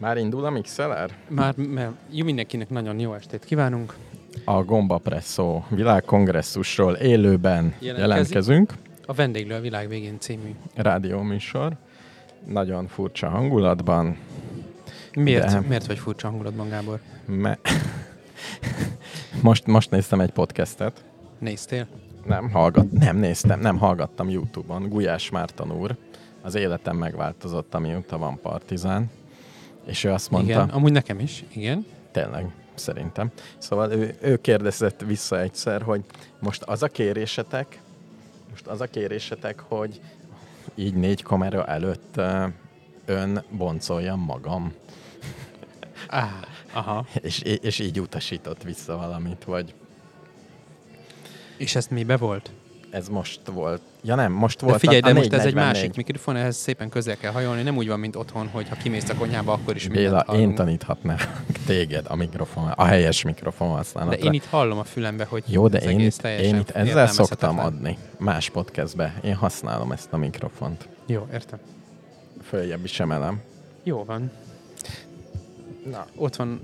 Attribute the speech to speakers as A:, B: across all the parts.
A: Már indul a mixeler?
B: Már mert jó, mindenkinek nagyon jó estét kívánunk.
A: A Gombapresszó világkongresszusról élőben
B: Jelentkezik.
A: jelentkezünk.
B: A vendéglő a világ végén című.
A: Rádióműsor. Nagyon furcsa hangulatban,
B: Miért,
A: De-
B: miért vagy furcsa hangulatban, Gábor?
A: me... most, most néztem egy podcastet.
B: Néztél?
A: Nem, hallgat... nem néztem, nem hallgattam YouTube-on. Gulyás Márton úr. Az életem megváltozott, amióta van partizán. És ő azt mondta...
B: Igen, amúgy nekem is, igen.
A: Tényleg, szerintem. Szóval ő, ő kérdezett vissza egyszer, hogy most az a kérésetek, most az a kérésetek, hogy így négy kamera előtt ö, ön boncoljam magam,
B: Á, aha.
A: és, í- és így utasított vissza valamit, vagy
B: És ezt mibe volt?
A: ez most volt. Ja nem, most volt
B: De figyelj,
A: a,
B: de
A: a
B: most ez egy
A: 444.
B: másik mikrofon, ehhez szépen közel kell hajolni. Nem úgy van, mint otthon, hogy ha kimész a konyhába, akkor is mindent
A: Béla,
B: hallunk.
A: én taníthatnám téged a mikrofon, a helyes mikrofon
B: De
A: használatra.
B: én itt hallom a fülembe, hogy
A: Jó, de
B: ez
A: én
B: egész
A: itt,
B: teljesen
A: én itt ezzel
B: értelmezhetetlen.
A: szoktam adni. Más podcastbe. Én használom ezt a mikrofont.
B: Jó, értem.
A: Följebb is emelem.
B: Jó van.
A: Na,
B: Ott van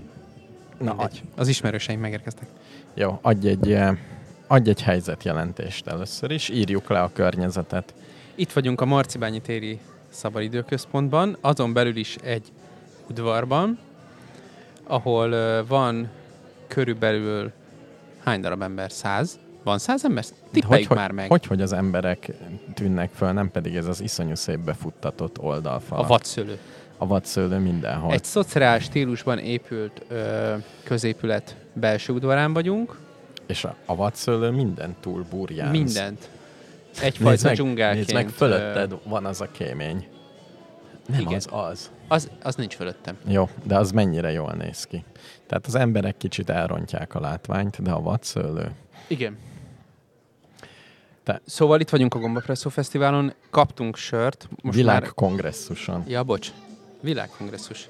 A: na adj.
B: egy. Az ismerőseim megérkeztek.
A: Jó, adj egy, eh, adj egy helyzetjelentést először is, írjuk le a környezetet.
B: Itt vagyunk a Marcibányi téri szabadidőközpontban, azon belül is egy udvarban, ahol ö, van körülbelül hány darab ember? Száz? Van száz ember?
A: De Hogy,
B: Tippeljük
A: hogy,
B: már meg.
A: Hogy, hogy az emberek tűnnek föl, nem pedig ez az iszonyú szép befuttatott oldalfal.
B: A vadszülő.
A: a vadszőlő mindenhol.
B: Egy szociális stílusban épült ö, középület belső udvarán vagyunk.
A: És a, a vadszőlő minden túl burjánz.
B: Mindent.
A: Nézd
B: Egyfajta
A: meg, nézd
B: dzsungelként.
A: meg,
B: ö,
A: fölötted van az a kémény. Nem
B: Igen.
A: az az.
B: Az, az nincs fölöttem.
A: Jó, de az mennyire jól néz ki. Tehát az emberek kicsit elrontják a látványt, de a vadszőlő...
B: Igen.
A: Te-
B: Szóval itt vagyunk a Gombapresszó Fesztiválon, kaptunk sört. Most már...
A: Világkongresszuson.
B: Ja, bocs. Világkongresszus.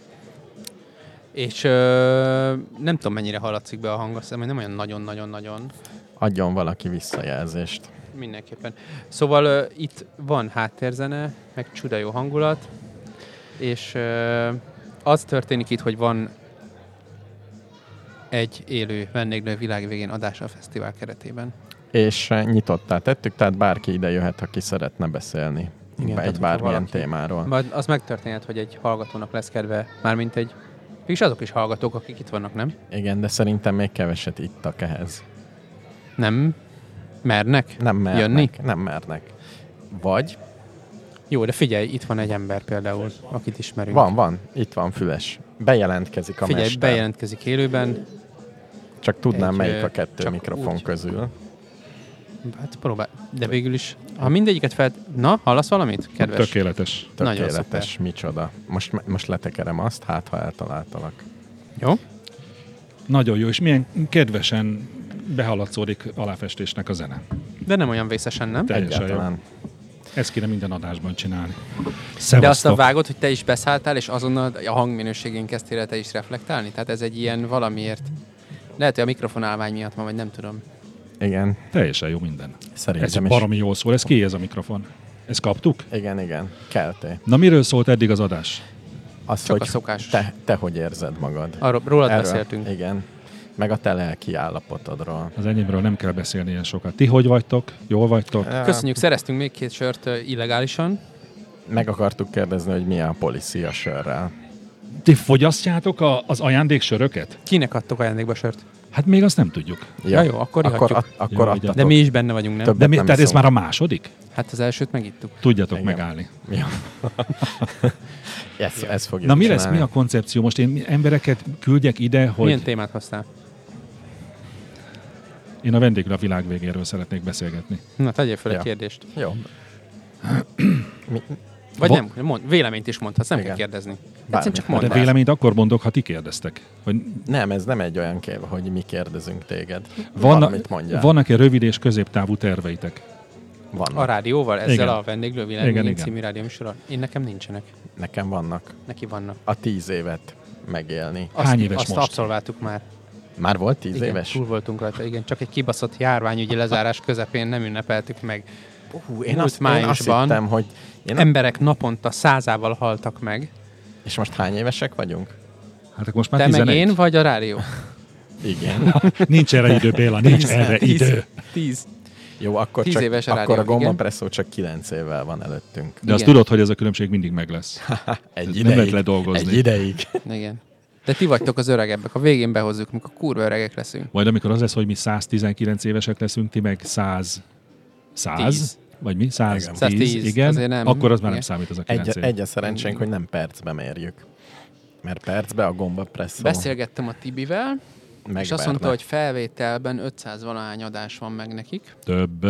B: És ö, nem tudom, mennyire haladszik be a hang, azt hiszem, hogy nem olyan nagyon-nagyon-nagyon
A: Adjon valaki visszajelzést.
B: mindenképpen. Szóval ö, itt van háttérzene, meg csuda jó hangulat, és ö, az történik itt, hogy van egy élő vendéglő világ végén adás a fesztivál keretében.
A: És eh, nyitottá tettük, tehát bárki ide jöhet, aki szeretne beszélni.
B: Igen,
A: Igen, egy
B: tehát, hogyha
A: bármilyen
B: valaki-
A: témáról.
B: Majd az megtörténhet, hogy egy hallgatónak lesz kedve, mármint egy... És azok is hallgatók, akik itt vannak, nem?
A: Igen, de szerintem még keveset ittak ehhez.
B: Nem mernek?
A: Nem mernek.
B: Jönni?
A: Nem mernek. Vagy,
B: Jó, de figyelj, itt van egy ember például, akit ismerünk.
A: van, van, itt van Füles. Bejelentkezik a
B: Figyelj,
A: mester.
B: bejelentkezik élőben.
A: Csak tudnám,
B: Egy,
A: melyik
B: ö,
A: a kettő
B: csak
A: mikrofon
B: úgy.
A: közül.
B: Hát próbál. De végül is, ha mindegyiket fel... Na, hallasz valamit, kedves?
C: Tökéletes.
B: Nagyon
A: Tökéletes, micsoda. Most, most letekerem azt, hát ha eltaláltalak.
B: Jó?
C: Nagyon jó, és milyen kedvesen behaladszódik aláfestésnek a zene.
B: De nem olyan vészesen, nem?
C: Te- Teljesen jó.
A: Egyáltalán.
C: Ezt kéne minden adásban csinálni.
B: De azt a
C: Szevasztok.
B: vágod, hogy te is beszálltál, és azonnal a hangminőségén kezdtél el te is reflektálni? Tehát ez egy ilyen valamiért... Lehet, hogy a mikrofonálvány miatt van, vagy nem tudom.
A: Igen,
C: Teljesen jó minden. Ez
A: szerintem is.
C: baromi jól szól. Ez kié ez a mikrofon? Ezt kaptuk?
A: Igen, igen, kelté.
C: Na miről szólt eddig az adás?
A: Az,
B: Csak
A: hogy
B: a szokásos.
A: Te, te hogy érzed magad?
B: Arról, rólad
A: Erről,
B: beszéltünk.
A: Igen. Meg a te lelki állapotodról.
C: Az enyémről nem kell beszélni ilyen sokat. Ti hogy vagytok? Jól vagytok?
B: Köszönjük, szereztünk még két sört ö, illegálisan.
A: Meg akartuk kérdezni, hogy mi a policy a sörrel.
C: Ti fogyasztjátok a, az ajándéksöröket?
B: Kinek adtok ajándékba sört?
C: Hát még azt nem tudjuk.
B: Ja, jó, akkor
A: akkor,
B: ihatjuk.
A: akkor
C: Jó,
A: adtatok.
B: De mi is benne vagyunk, nem?
A: Több-
C: De mi,
A: Nem
C: tehát ez
A: hiszem.
C: már a második?
B: Hát az elsőt megittuk.
C: Tudjatok
A: Igen.
C: megállni.
A: Ja. ezt, ezt fogjuk
C: Na mi lesz,
A: csinálni.
C: mi a koncepció? Most én embereket küldjek ide,
B: Hogy? Milyen
C: hogy
B: témát hoztál?
C: én a vendéglő a világ végéről szeretnék beszélgetni.
B: Na, tegyél fel
A: Ja.
B: egy kérdést.
A: Jó. Mi,
B: Vagy
C: Va-
B: nem, mond, véleményt is mondhatsz, nem
A: Igen.
B: kell kérdezni.
A: Bármit.
B: Egyszerűen csak
C: De
B: mondd el.
C: véleményt akkor mondok, ha ti kérdeztek. Hogy
A: nem, ez nem egy olyan kép, hogy mi kérdezünk téged. Valamit
C: vannak,
A: mondjál.
C: vannak-e rövid és középtávú terveitek?
A: Vannak.
B: A rádióval, ezzel
C: Igen.
B: a vendéglő
C: Igen,
B: világ
C: igen.
B: című rádióműsorral? Én nekem nincsenek.
A: Nekem vannak.
B: Neki vannak.
A: A tíz évet megélni.
B: Azt,
C: Hány éves
B: azt
C: most?
B: abszolváltuk már.
A: Már volt tíz
B: igen,
A: éves?
B: túl voltunk rajta, igen. Csak egy kibaszott járványügyi lezárás közepén nem ünnepeltük meg.
A: Hú, én,
B: Múlt
A: azt, én azt
B: májusban
A: hittem, hogy én
B: Emberek naponta százával haltak meg.
A: És most hány évesek vagyunk?
C: Hát akkor most már
B: Te
C: 11.
B: meg én, vagy a rádió?
A: Igen.
C: Nincs erre idő, Béla, nincs erre
B: Tíz-
C: idő.
B: Tíz.
A: Jó, akkor,
B: Tíz
A: csak,
B: éves a
A: akkor a
B: rádió,
A: gombapresszó csak 9 évvel van előttünk.
C: De azt
B: Igen.
C: tudod, hogy ez a különbség mindig meg lesz.
A: Egy
C: Nem
A: ideig.
C: lehet ledolgozni.
A: Egy ideig.
B: Igen. De ti vagytok az öregebbek. A végén behozzuk, amikor kurva öregek leszünk.
C: Majd amikor az lesz, hogy mi 119 évesek leszünk, ti meg 100. 100?
B: Tíz.
C: Vagy mi? 110,
A: Igen.
B: 110,
C: igen.
B: azért nem.
C: Akkor az már nem
B: Igen.
C: számít az a 9
A: Egy,
C: év.
A: egy a szerencsénk, hogy nem percbe mérjük. Mert percbe a gombapresszó
C: Szóval.
B: Beszélgettem a Tibivel, és azt
A: megverne.
B: mondta, hogy felvételben 500 valahány adás van meg nekik.
C: Több.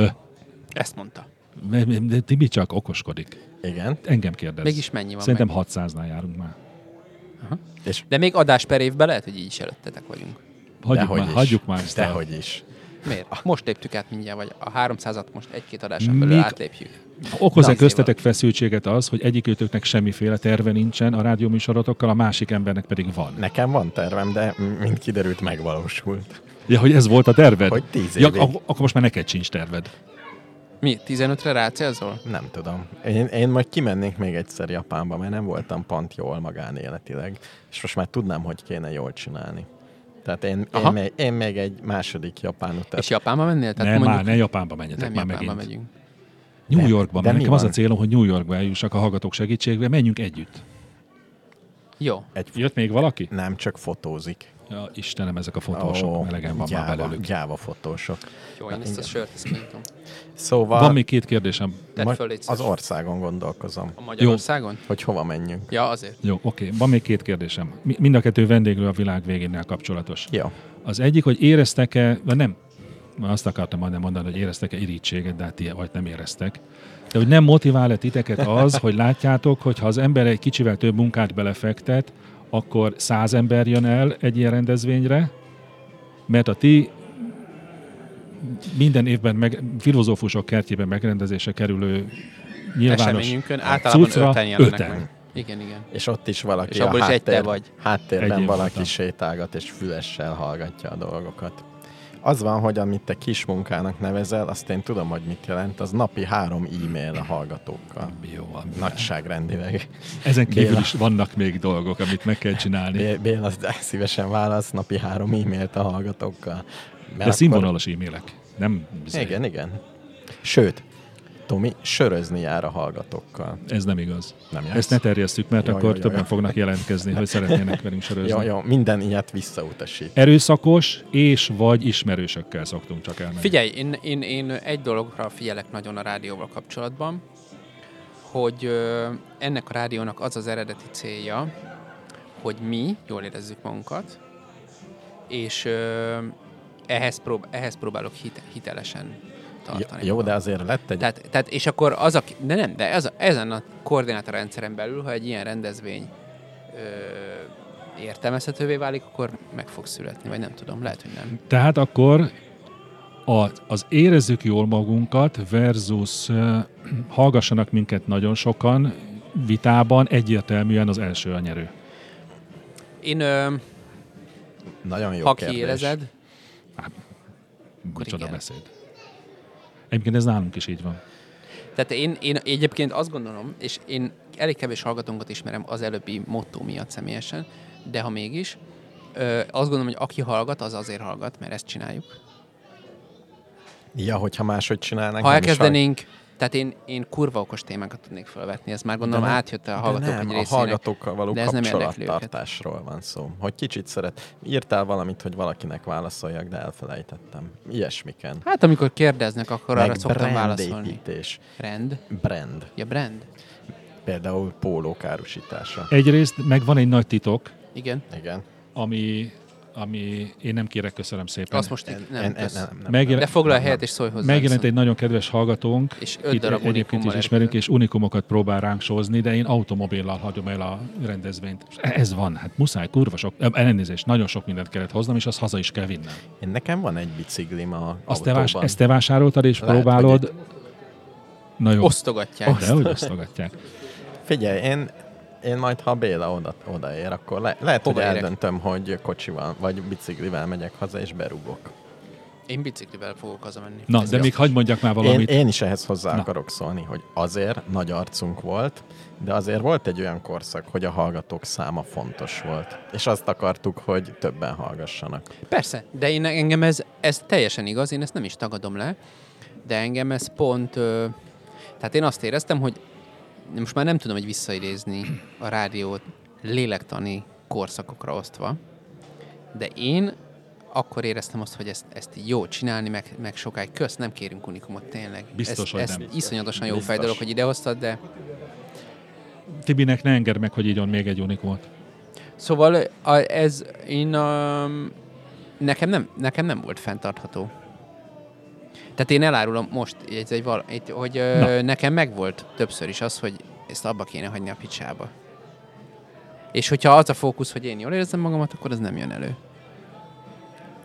B: Ezt mondta.
C: De- de- de Tibi csak okoskodik.
A: Igen,
C: Engem kérdez.
B: Mégis mennyi van
C: Szerintem
B: meg?
C: 600-nál járunk már.
A: és
B: De még adás per évben lehet, hogy így is előttetek vagyunk.
C: Hagyjuk
A: dehogy
C: már,
A: is.
C: hagyjuk már ezt a
A: Dehogy is.
C: Ah.
B: Miért? Most léptük át mindjárt, vagy a 300-at most egy-két adáson
C: Még-
B: belül átlépjük.
C: Okoz-e
B: Na,
C: köztetek feszültséget az, hogy egyikőtöknek semmiféle terve nincsen a rádióműsorotokkal, a másik embernek pedig van?
A: Nekem van tervem, de mint kiderült, megvalósult.
C: Ja, hogy ez volt a terved?
A: Hogy tíz
C: ja,
A: évig.
C: ak- akkor most már neked sincs terved.
B: Mi? 15-re rácélzol?
A: Nem tudom. Én, én majd kimennék még egyszer Japánba, mert nem voltam pont jól magánéletileg, és most már tudnám, hogy kéne jól csinálni. Tehát én, én,
B: Aha.
A: még, én még egy második japán után.
B: És Japánba mennél? Tehát
C: Tehát nem, már,
B: mondjuk
C: ne Japánba menjetek
B: nem
C: már
B: Japánba
C: megint.
B: megyünk.
C: New
A: De-
C: Yorkba,
A: de
C: mert
A: mi
C: nekem az a
A: van?
C: célom, hogy New Yorkba eljussak a hallgatók segítségével, menjünk együtt.
B: Jó.
A: Egy,
C: Jött még valaki?
A: nem csak fotózik.
C: Ja, Istenem, ezek a fotósok,
A: Ó,
C: oh, melegen van már
A: gyáva,
C: belőlük.
A: gyáva fotósok.
B: Jó, én ezt a
A: igen.
B: sört, ezt kinyitom.
A: Szóval
C: Van még két kérdésem.
B: Tedd
A: majd
B: föl, légy szíves.
A: az országon gondolkozom,
B: A Magyarországon? Jó.
A: hogy hova menjünk.
B: Ja, azért.
C: Jó, oké, van még két kérdésem. Mi- Mind a kettő vendéglő a világ végénnel kapcsolatos.
A: Jó.
C: Az egyik, hogy éreztek-e, vagy nem, már azt akartam majdnem mondani, hogy éreztek-e irítséget, de hát ilyen vagy nem éreztek. De hogy nem motivál-e titeket az, hogy látjátok, hogy ha az ember egy kicsivel több munkát belefektet, akkor száz ember jön el egy ilyen rendezvényre, mert a ti minden évben meg, filozófusok kertjében megrendezése kerülő nyilvános
B: Eseményünkön általában
C: cuccra
B: öten jelennek
C: öten.
B: meg. Igen, igen.
A: És ott is valaki
B: És
A: a
B: abból is egy te
A: háttér,
B: vagy.
A: háttérben
C: Egy én
A: valaki
C: voltam.
A: sétálgat és fülessel hallgatja a dolgokat. Az van, hogy amit te kis munkának nevezel, azt én tudom, hogy mit jelent, az napi három e-mail a hallgatókkal.
C: Jó, van.
A: Nagyságrendileg.
C: Ezen kívül
A: Béla.
C: is vannak még dolgok, amit meg kell csinálni.
A: Bé- Béla azt szívesen válasz napi három e-mailt a hallgatókkal. Mert
C: De színvonalas e-mailek. Nem bizony.
A: Igen, igen. Sőt, Tomi sörözni jár a hallgatókkal.
C: Ez nem igaz.
A: Nem játsz?
C: Ezt ne terjesztük, mert
A: Jaj,
C: akkor
A: jaj, jaj,
C: többen
A: jaj.
C: fognak jelentkezni, hogy szeretnének velünk sörözni.
A: Jó, jó, minden ilyet visszautasít.
C: Erőszakos és vagy ismerősökkel szoktunk csak elmenni.
B: Figyelj, én, én, én egy dologra figyelek nagyon a rádióval kapcsolatban, hogy ö, ennek a rádiónak az az eredeti célja, hogy mi jól érezzük magunkat, és ö, ehhez, prób- ehhez próbálok hite- hitelesen tartani.
A: Jó, de azért lett egy
B: Tehát, tehát, és akkor az, aki, de nem, de ez a, ezen a koordinátorrendszeren belül, ha egy ilyen rendezvény ö, értelmezhetővé válik, akkor meg fog születni, vagy nem tudom, lehet, hogy nem.
C: Tehát akkor a, az érezzük jól magunkat versus uh, hallgassanak minket nagyon sokan vitában egyértelműen az első a nyerő.
B: Én, ö,
A: nagyon jó
B: ha
A: kérdés.
B: kiélezed,
C: Micsoda
B: igen.
C: beszéd. Egyébként ez nálunk is így van.
B: tehát én, én egyébként azt gondolom, és én elég kevés hallgatónkat ismerem az előbbi motto miatt személyesen, de ha mégis, ö, azt gondolom, hogy aki hallgat, az azért hallgat, mert ezt csináljuk.
A: Ja, hogyha máshogy csinálnánk.
B: Ha
A: nem is
B: elkezdenénk, tehát én, én kurva okos témákat tudnék felvetni, ez már gondolom
A: nem-
B: átjött a
A: hallgat-
B: hallgatók
A: De nem,
B: egy
A: a
B: részének.
A: hallgatókkal való
B: de ez nem érdekli
A: kapcsolattartásról van szó. Hogy kicsit szeret. Írtál valamit, hogy valakinek válaszoljak, de elfelejtettem. Ilyesmiken.
B: Hát amikor kérdeznek, akkor arra
A: Meg
B: szoktam válaszolni.
A: brandépítés.
B: Rend?
A: Brand.
B: Ja, brand.
A: Például pólók árusítása.
C: Egyrészt meg van egy nagy titok,
B: Igen.
A: Igen.
C: ami, ami én nem kérek, köszönöm szépen.
B: Azt most így
A: En-
B: nem,
A: en-
B: kösz.
A: nem, nem.
C: Megjelen-
B: De foglalj helyet és szólj hozzá.
C: Megjelent
B: viszont.
C: egy nagyon kedves hallgatónk,
B: És öt
C: akit
B: darab
C: egyébként is
B: unikummal
C: ismerünk,
B: elküldött.
C: és unikumokat próbál ránk sózni, de én automobillal hagyom el a rendezvényt. És Ez van, hát muszáj, kurva sok, ö, elnézést, nagyon sok mindent kellett hoznom, és azt haza is kell vinnem.
A: Én nekem van egy biciklim a
C: Azt te
A: autóban.
C: vás, ezt te vásároltad, és
A: Lehet,
C: próbálod...
A: hogy
C: Na jó,
B: Osztogatják.
C: Oh, de hogy osztogatják.
A: Figyelj, én, én majd, ha Béla oda, odaér, akkor le, lehet,
B: Hova
A: hogy
B: érek?
A: eldöntöm, hogy kocsival vagy biciklivel megyek haza, és berúgok.
B: Én biciklivel fogok hazamenni.
C: Na,
B: Ez
C: de
B: jó.
C: még hagyd mondjak már
A: Én,
C: valamit.
A: én is ehhez hozzá
C: Na.
A: Na. akarok szólni, hogy azért nagy arcunk volt, de azért volt egy olyan korszak, hogy a hallgatók száma fontos volt. És azt akartuk, hogy többen hallgassanak.
B: Persze, de én engem ez, ez teljesen igaz, én ezt nem is tagadom le, de engem ez pont... Ö, tehát én azt éreztem, hogy most már nem tudom, hogy visszaidézni a rádiót lélektani korszakokra osztva, de én akkor éreztem azt, hogy ezt, ezt jó csinálni, meg, meg sokáig kösz, nem kérünk unikumot, tényleg.
C: Biztos,
B: ez,
C: hogy
B: ez
C: nem.
B: iszonyatosan jó
A: Biztos.
B: fej dolog, hogy idehoztad, de
C: Tibinek ne engedd meg, hogy igyon még egy unikumot.
B: Szóval a, ez én a, nekem, nem, nekem nem volt fenntartható. Tehát én elárulom most, ez egy val, itt, hogy ö,
C: Na.
B: nekem megvolt többször is az, hogy ezt abba kéne hagyni a picsába. És hogyha az a fókusz, hogy én jól érzem magamat, akkor ez nem jön elő.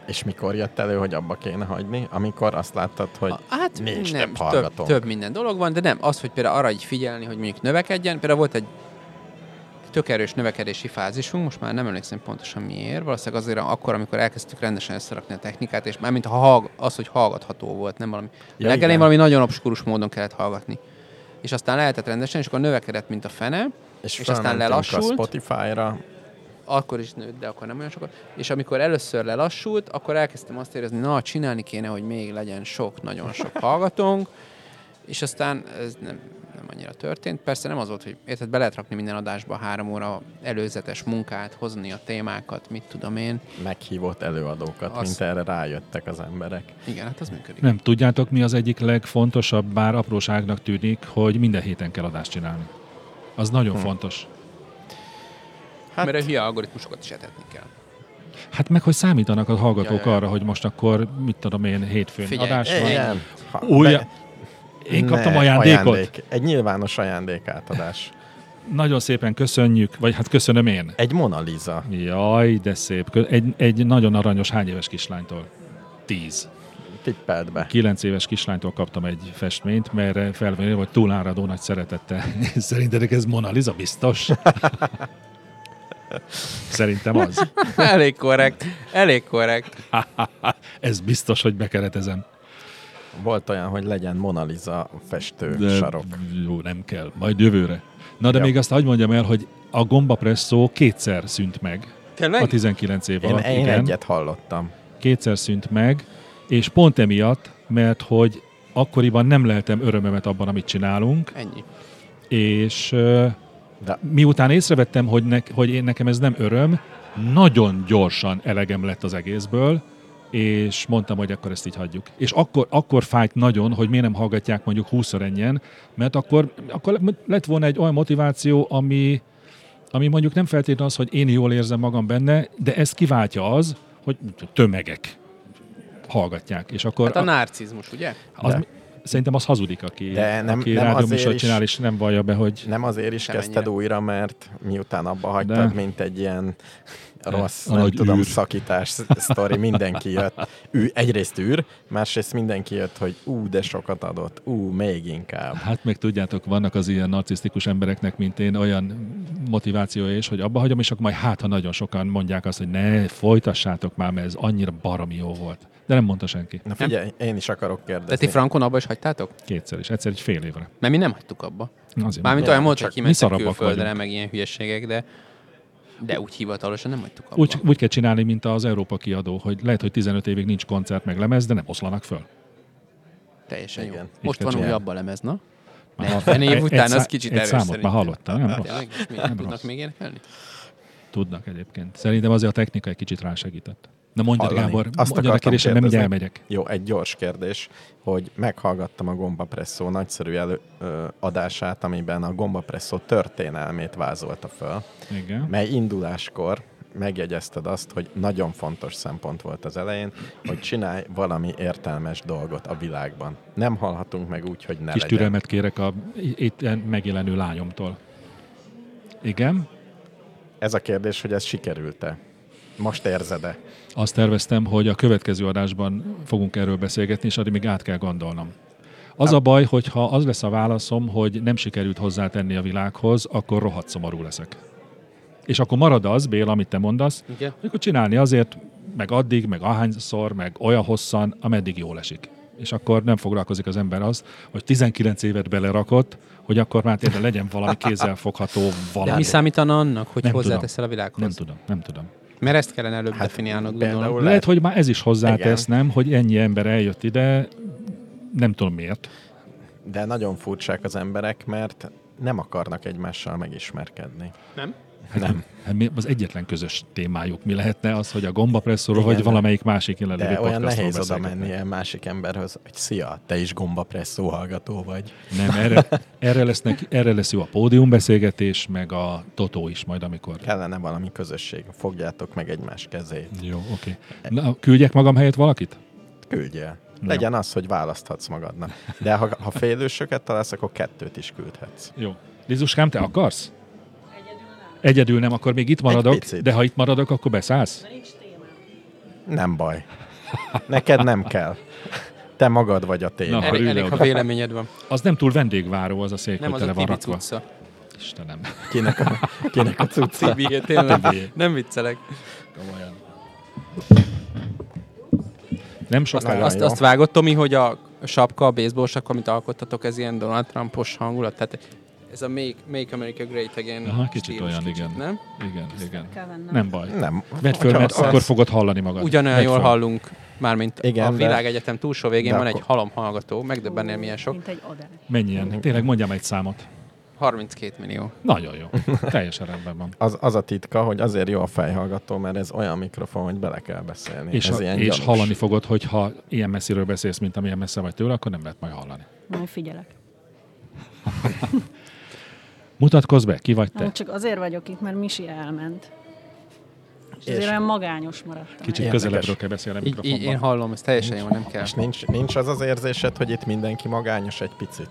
A: És mikor jött elő, hogy abba kéne hagyni? Amikor azt láttad, hogy
B: A- hát
A: mi is
B: nem,
A: nem
B: több,
A: hallgatunk.
B: több minden dolog van, de nem az, hogy például arra így figyelni, hogy mondjuk növekedjen. Például volt egy tök erős növekedési fázisunk, most már nem emlékszem pontosan miért, valószínűleg azért akkor, amikor elkezdtük rendesen összerakni a technikát, és már mint ha hallg- az, hogy hallgatható volt, nem valami.
A: Ja,
B: Ja, Legelén
A: igen.
B: valami nagyon obskurus módon kellett hallgatni. És aztán lehetett rendesen, és akkor növekedett, mint a fene,
A: És,
B: és aztán
A: fölmentünk
B: lelassult.
A: a Spotify-ra.
B: akkor is nőtt, de akkor nem olyan sokat. És amikor először lelassult, akkor elkezdtem azt érezni, na, csinálni kéne, hogy még legyen sok, nagyon sok hallgatónk, és aztán ez nem, nem annyira történt. Persze nem az volt, hogy érted, be lehet rakni minden adásba három óra előzetes munkát, hozni a témákat, mit tudom én.
A: meghívott előadókat,
B: Azt-
A: mint erre rájöttek az emberek.
B: Igen, hát az működik.
C: Nem tudjátok, mi az egyik legfontosabb, bár apróságnak tűnik, hogy minden héten kell adást csinálni. Az
B: Hm.
C: nagyon fontos.
B: Hát... Mert a hülye algoritmusokat is etetni kell.
C: Hát meg, hogy számítanak a hallgatók
B: Ja, ja, ja.
C: arra, hogy most akkor, mit tudom én, hétfőn
B: Figyelj,
C: adás van.
A: Igen. Ha-
C: Új,
A: de-
C: én kaptam
A: ne,
C: ajándékot.
A: Egy nyilvános ajándékátadás.
C: Nagyon szépen köszönjük, vagy hát köszönöm én.
A: Egy Mona Lisa.
C: Jaj, de szép. Kö- Egy, egy nagyon aranyos hány éves kislánytól? Tíz.
A: Tippeld be.
C: Kilenc éves kislánytól kaptam egy festményt, mert felvenni, hogy túláradó nagy szeretettel. Szerintetek ez Mona Lisa biztos? Szerintem az.
B: elég korrekt, elég korrekt.
C: Ez biztos, hogy bekeretezem.
A: Volt olyan, hogy legyen Mona Lisa festő de... sarok.
C: Jó, nem kell. Majd jövőre. Na de
A: Ja.
C: még azt hagyd mondjam el, hogy a gombapresszó kétszer szűnt meg. A
B: Tényleg?
C: 19 év
A: Én,
C: alatt.
A: én
C: igen.
A: egyet hallottam.
C: kétszer szűnt meg, és pont emiatt, mert hogy akkoriban nem leltem örömömet abban, amit csinálunk,
B: Ennyi.
C: és ö,
A: De
C: miután észrevettem, hogy, ne, hogy én, nekem ez nem öröm, nagyon gyorsan elegem lett az egészből, és mondtam, hogy akkor ezt így hagyjuk. És akkor, akkor fájt nagyon, hogy miért nem hallgatják mondjuk 20 ennyien, mert akkor, akkor lett volna egy olyan motiváció, ami, ami mondjuk nem feltétlenül az, hogy én jól érzem magam benne, de ezt kiváltja az, hogy tömegek hallgatják. És akkor
B: Hát a narcizmus, ugye?
C: az,
A: De.
C: szerintem az hazudik, aki,
A: De nem-
C: aki
A: nem
C: rádióműsort
A: azért is-
C: csinál, és nem vallja be, hogy
A: nem azért is
B: Sem
A: kezdted
B: ennyire.
A: újra, mert miután abba hagytad,
C: De.
A: de... mint egy ilyen rossz,
C: a
A: nem
C: nagy
A: tudom,
C: űr.
A: szakítás sztori, mindenki jött. Ű, egyrészt űr, másrészt mindenki jött, hogy ú, de sokat adott, ú, még inkább.
C: Hát meg tudjátok, vannak az ilyen narcisztikus embereknek, mint én, olyan motivációja is, hogy abba hagyom, és akkor majd hát, ha nagyon sokan mondják azt, hogy ne, folytassátok már, mert ez annyira baromi jó volt. De nem mondta senki.
A: Na figyelj, én is akarok
B: De
A: kérdezni.
B: ti Frankon abba is hagytátok?
C: Kétszer is. Egyszer egy fél évre.
B: Mert mi nem hagytuk abba.
C: Na, Azért
B: Mármint
C: mondom.
B: olyan volt, hogy kimentek
C: szarabbak
B: külföldre,
C: vagyunk.
B: meg ilyen hülyeségek, de, de úgy hivatalosan nem hagytuk abba.
C: úgy, úgy kell csinálni, mint az Európa kiadó, hogy lehet, hogy 15 évig nincs koncert, meg lemez, de nem oszlanak föl.
B: Teljesen
A: Igen.
B: jó.
A: Így
B: Most
C: kell
B: van új
C: csinálni.
B: abba lemez, na?
C: Már
B: 40 év
C: egy-
B: után
C: egy
B: az
C: szá-
B: kicsit
C: egy
B: erős
C: számot
B: szerintem.
C: már hallottam, nem rossz?
B: Tényleg? És mi-
C: Nem
B: Tudnak
C: rossz.
B: még énekelni?
C: Tudnak egyébként. Szerintem azért a technika egy kicsit rásegített. Na mondjad,
A: Hallani.
C: Gábor,
A: Azt
C: mondjad a
A: akartam
C: kérdésem, nem így
A: kérdezni.
C: elmegyek.
A: Jó, egy gyors kérdés, hogy meghallgattam a Gombapresszó nagyszerű elő, ö, adását, amiben a Gombapresszó történelmét vázolta föl,
C: Igen.
A: mely induláskor megjegyezted azt, hogy nagyon fontos szempont volt az elején, hogy csinálj valami értelmes dolgot a világban. Nem hallhatunk meg úgy, hogy ne
C: Kis
A: legyen.
C: türelmet kérek a itt megjelenő lányomtól. Igen,
A: Ez a kérdés, hogy ez sikerült-e? Most érzed-e?
C: azt terveztem, hogy a következő adásban fogunk erről beszélgetni, és addig még át kell gondolnom. Az a baj, hogyha az lesz a válaszom, hogy nem sikerült hozzátenni a világhoz, akkor rohadt szomorú leszek. És akkor marad az, Béla, amit te mondasz,
B: Igen.
C: hogy akkor csinálni azért meg addig, meg ahányszor, meg olyan hosszan, ameddig jól esik. És akkor nem foglalkozik az ember az, hogy 19 évet belerakott, hogy akkor már tényleg legyen valami kézzelfogható valami.
B: De mi számítana annak, hogy
C: Nem tudom.
B: hozzáteszel a
C: nem
B: világhoz?
C: tudom, nem tudom.
B: Mert ezt kellene előbb
A: Hát,
B: definiálnod,
A: például-
B: gondolom.
C: Lehet, hogy már ez is hozzátesz,
A: Igen.
C: nem? Hogy ennyi ember eljött ide, nem tudom miért.
A: De nagyon furcsák az emberek, mert nem akarnak egymással megismerkedni.
B: Nem?
A: Nem.
C: Hát mi- Az egyetlen közös témájuk mi lehetne az, hogy a gombapresszorról
A: Igen,
C: vagy
A: de-
C: valamelyik másik jelenlévő
A: De olyan
C: podcastról
A: nehéz oda
C: beszélgetnek.
A: menni ilyen másik emberhöz, hogy szia, te is gombapresszó hallgató vagy.
C: Nem, erre, erre, lesz neki, erre lesz jó a pódiumbeszélgetés, meg a totó is majd, amikor...
A: Kellene valami közösség, fogjátok meg egymás kezét.
C: Jó, oké. Okay. Küldjek magam helyett valakit?
A: Küldjél. Legyen az, hogy választhatsz magadnak. De ha, ha félősöket találsz, akkor kettőt is küldhetsz.
C: Jó. Lizuskám, te akarsz? Egyedül nem, akkor még itt maradok,
A: picit.
C: de ha itt maradok, akkor beszállsz?
A: Nem baj. Neked nem kell. Te magad vagy a téma.
C: Na.
A: Na.
C: Akkor
B: Elég,
C: ülj
B: elég
C: le
B: ha
C: oda.
B: véleményed van.
C: Az nem túl vendégváró az a szék,
B: Nem
C: hogy
B: az
C: tele
B: a
C: van
B: Tibi
C: rakva.
B: cucca.
C: Istenem.
A: Kinek a, kinek a cucca.
B: Tibi, tényleg. Nem viccelek.
C: Nem
B: Azt,
C: sokára.
B: azt,
A: jó.
B: azt vágott, Tomi, hogy a sapka, a baseball sapka, amit alkottatok, ez ilyen Donald Trumpos hangulat. Tehát ez a Make, make America Great Again
C: Aha, kicsit
B: stílus,
C: olyan, igen.
B: Nem?
C: Igen, igen.
D: kell vennem.
C: Nem baj.
A: Nem.
C: Vedd föl,
A: Hogyha
C: mert
A: azt-
C: akkor fogod hallani magad.
B: Ugyanolyan
C: Vedd
B: jól
C: föl.
B: hallunk, mármint
A: Igen,
B: a
A: de-
B: világegyetem túlsó végén
A: de
B: van
A: akkor-
B: egy halom hallgató, megdöbbennél milyen sok.
D: Mint egy adás.
C: Mennyien? Tényleg mondjam egy számot.
B: 32 millió.
C: Nagyon jó. Teljesen rendben van.
A: Az, az a titka, hogy azért jó a fejhallgató, mert ez olyan mikrofon, hogy bele kell beszélni.
C: És,
A: ez
C: ha,
A: ilyen
C: és
A: gyanús.
C: hallani fogod, hogy ha ilyen messziről beszélsz, mint amilyen messze vagy tőle, akkor nem lehet majd hallani.
D: Majd figyelek.
C: Mutatkozz be, ki vagy te?
D: Nem, csak azért vagyok itt, mert Misi elment. És,
A: És-
D: azért olyan magányos maradtam.
C: Kicsit
A: Érdekes.
C: közelebbről kell beszélni a
B: Így, így én
C: mikrofonba.
B: hallom, ez teljesen jó, nem kell.
A: És nincs, nincs az az érzésed, hogy itt mindenki magányos egy picit?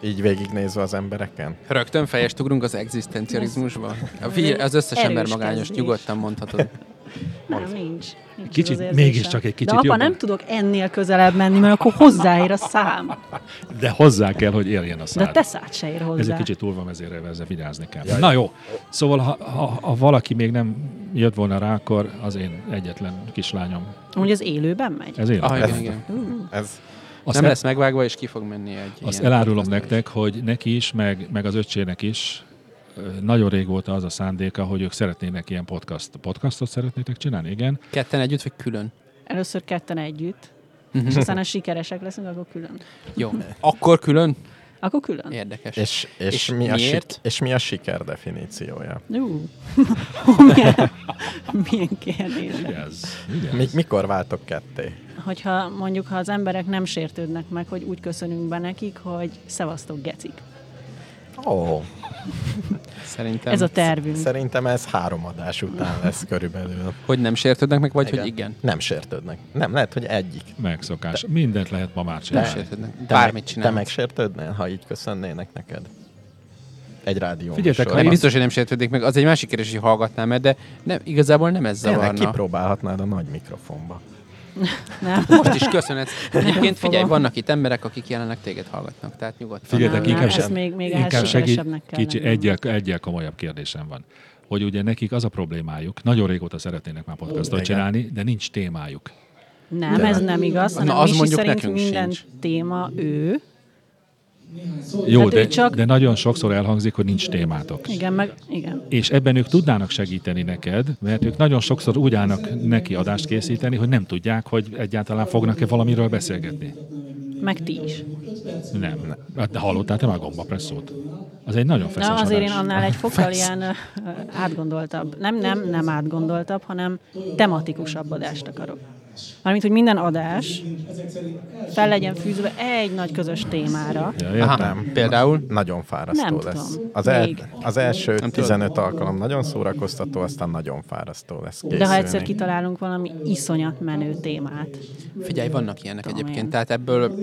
A: Így végignézve az embereken?
B: Rögtön fejest ugrunk az egzisztencializmusba. A vi- az összes
D: Erős
B: ember magányos,
D: kezdés.
B: nyugodtan mondhatod.
D: Nem, nincs. nincs
C: Kicsit-
D: az érzésem.
C: mégiscsak egy kicsit
D: De apa,
C: jobban.
D: nem tudok ennél közelebb menni, mert akkor hozzáér a szám.
C: De hozzá kell, hogy éljen a
D: De
C: szád.
D: te szád se ér hozzá.
C: Ez egy kicsit túl van vezérelve, ezzel vigyázni kell. Na jó, szóval ha, ha, ha valaki még nem jött volna rá, akkor az én egyetlen kislányom.
D: Amúgy az élőben megy.
C: Ez én.
B: Ah, igen,
A: Ez-
B: igen.
A: Ez
C: Azt
B: nem
C: el-
B: lesz megvágva, és ki fog menni egy
C: Azt
B: ilyen
C: elárulom
B: podcastra is.
C: nektek, hogy neki is, meg, meg az öccsének is ö, nagyon régóta az a szándéka, hogy ők szeretnének ilyen podcast. Podcastot szeretnétek csinálni? Igen.
B: Ketten együtt, vagy külön?
D: Először ketten együtt,
B: Mhm.
D: és aztán a sikeresek leszünk, akkor külön.
B: Jó. Akkor külön?
D: Akkor külön.
B: Érdekes.
A: És, és,
B: És
A: és, mi a
B: miért?
A: sik- és mi a siker definíciója?
D: Ú, milyen, milyen kérdés.
C: Ez, igen.
A: Mi, mikor váltok ketté?
D: Hogyha mondjuk, ha az emberek nem sértődnek meg, hogy úgy köszönünk be nekik, hogy szevasztok, gecik.
A: Ó, oh,
B: Szerintem.
D: Ez a tervünk.
A: szerintem ez három adás után lesz körülbelül.
B: Hogy nem sértődnek meg, vagy hogy igen?
A: Nem sértődnek. Nem, lehet, hogy egyik.
C: Megszokás. Mindent lehet ma már
B: Nem
C: csinálni.
B: sértődnek.
A: Te,
B: Bármit
A: meg, te
B: csinál.
A: megsértődnél, ha így köszönnének neked? Egy rádió.
C: Figyeljetek,
B: Nem,
A: műsorban.
B: biztos, hogy nem sértődik meg. Az egy másik kérdés, hogy hallgatnám -e, de nem, igazából nem ez
A: Tényleg
B: zavarna.
A: kipróbálhatnád a nagy mikrofonba.
D: Nem?
B: Most is köszönet. Egyébként figyelj,
D: fogom.
B: vannak itt emberek, akik jelenleg téged hallgatnak, tehát nyugodtan.
C: Figyeljetek,
D: Nem,
C: inkább,
D: ez
C: sem,
D: még- még
C: inkább
D: elsősebbnek
C: segít,
D: kell
C: kicsi,
D: lennem.
C: egyel, egyel komolyabb kérdésem van. Hogy ugye nekik az a problémájuk, nagyon régóta szeretnének már podcastot
A: Igen.
C: csinálni, de nincs témájuk.
D: Hát Nem, ez nem igaz, hanem
B: Na, az
D: Misi
B: mondjuk
D: szerint
B: nekünk
D: minden
B: sincs.
D: téma ő.
C: Jó,
D: Hát ő
C: de,
D: csak-
C: de nagyon sokszor elhangzik, hogy nincs témátok.
D: Igen, meg igen.
C: és ebben ők tudnának segíteni neked, mert ők nagyon sokszor úgy állnak neki adást készíteni, hogy nem tudják, hogy egyáltalán fognak-e valamiről beszélgetni.
D: Meg ti is.
C: Nem. Hát de hallottál te már gombapresszót? Az egy nagyon feszes
D: Na, azért én
C: adás.
D: annál egy fokkal ilyen ö, ö, átgondoltabb, nem, nem, nem átgondoltabb, hanem tematikusabb adást akarok. Mármint, hogy minden adás fel legyen fűzve egy nagy közös témára.
C: Ja,
B: Aha,
C: értem.
A: Nem.
B: Például?
A: Nagyon fárasztó
D: Nem
A: lesz.
D: tudom.
A: Az, el,
D: Még.
A: az első 15 alkalom nagyon szórakoztató, aztán nagyon fárasztó lesz készülni.
D: De ha egyszer kitalálunk valami iszonyat menő témát.
B: Figyelj, vannak ilyenek
D: Tudom
B: egyébként,
D: én.
B: tehát ebből,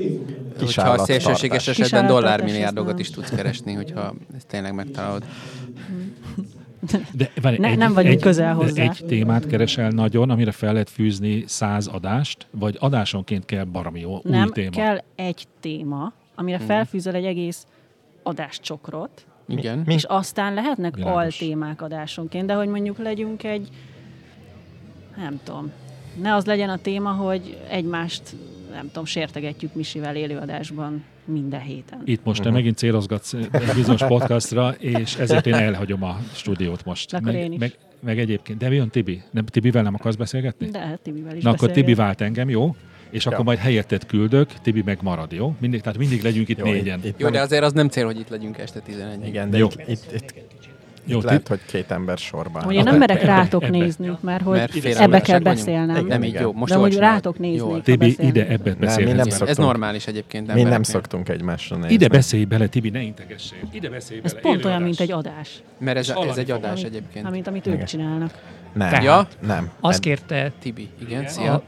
B: hogyha a
A: állattartás.
B: szélsőséges esetben
D: Kisállattartás,
B: dollármilliárdokat
D: azt
B: is tudsz keresni, hogyha ezt tényleg megtalálod.
C: De, várj,
D: Ne- nem vagyunk közel
C: de
D: hozzá.
C: Egy témát keresel nagyon, amire fel lehet fűzni száz adást, vagy adásonként kell baromi jó
D: Nem,
C: új téma. Mhm.
D: kell egy téma, amire felfűzel egy egész adáscsokrot,
B: Igen.
A: Mi?
D: és aztán lehetnek
C: Világos.
D: altémák adásonként, de hogy mondjuk legyünk egy, nem tudom, Ne az legyen a téma, hogy egymást, nem tudom, sértegetjük Misivel élőadásban minden héten.
C: Itt most te megint célozgatsz egy bizonyos podcastra, és ezért én elhagyom a stúdiót most.
D: Akkor én
C: Meg,
D: is.
C: meg, meg egyébként, de mi jön Tibi? Nem, Tibivel nem akarsz beszélgetni?
D: De hát Tibivel is
C: Na akkor
D: beszélünk.
C: Tibi vált engem, jó? És akkor
A: Ja.
C: majd helyettet küldök, Tibi meg marad, jó? Mindig, tehát mindig legyünk itt
A: Jó,
C: négyen.
A: Itt, itt
B: Jó,
A: nem,
B: de azért az nem cél, hogy itt legyünk este 11
A: Igen, de
C: Jó.
A: itt, itt, itt,
C: Jó,
A: jó, itt
C: ti-
A: lehet, hogy két ember sorban.
D: Hogy én nem
C: Ebbe-
D: merek
C: ebbe-
D: rátok
C: ebbe.
D: nézni, mert hogy
B: Mert
D: ebbe
B: félelmetesek
D: kell
B: vagyunk.
D: beszélnem.
A: Igen.
B: Nem így jó. Most
D: De
B: jól
D: hogy
B: csinálod.
D: rátok néznék,
B: Jól.
D: ha
C: Tibi,
D: beszélnék.
C: ide ebbet
A: mi
C: beszélhetsz.
A: nem
C: vele.
B: Ez, ez
A: szoktunk.
B: normális egyébként.
A: Mi nem
B: embereknél.
A: szoktunk egymásra nézni.
C: Ide beszélj bele, Tibi, ne integessél. Ide beszélj
D: Ez
C: bele.
D: pont
C: élő
D: olyan,
C: adás.
D: mint egy adás,
B: Mert ez,
C: Hallani
B: ez egy
C: fogom.
B: adás
D: Ami-
B: egyébként.
D: amit, amit ők
A: Igen.
D: csinálnak.
A: Nem.
B: Tehát- Ja?
A: Nem.
E: Azt
A: Ed-
E: kérte
B: Tibi, igen,
E: a
B: szia.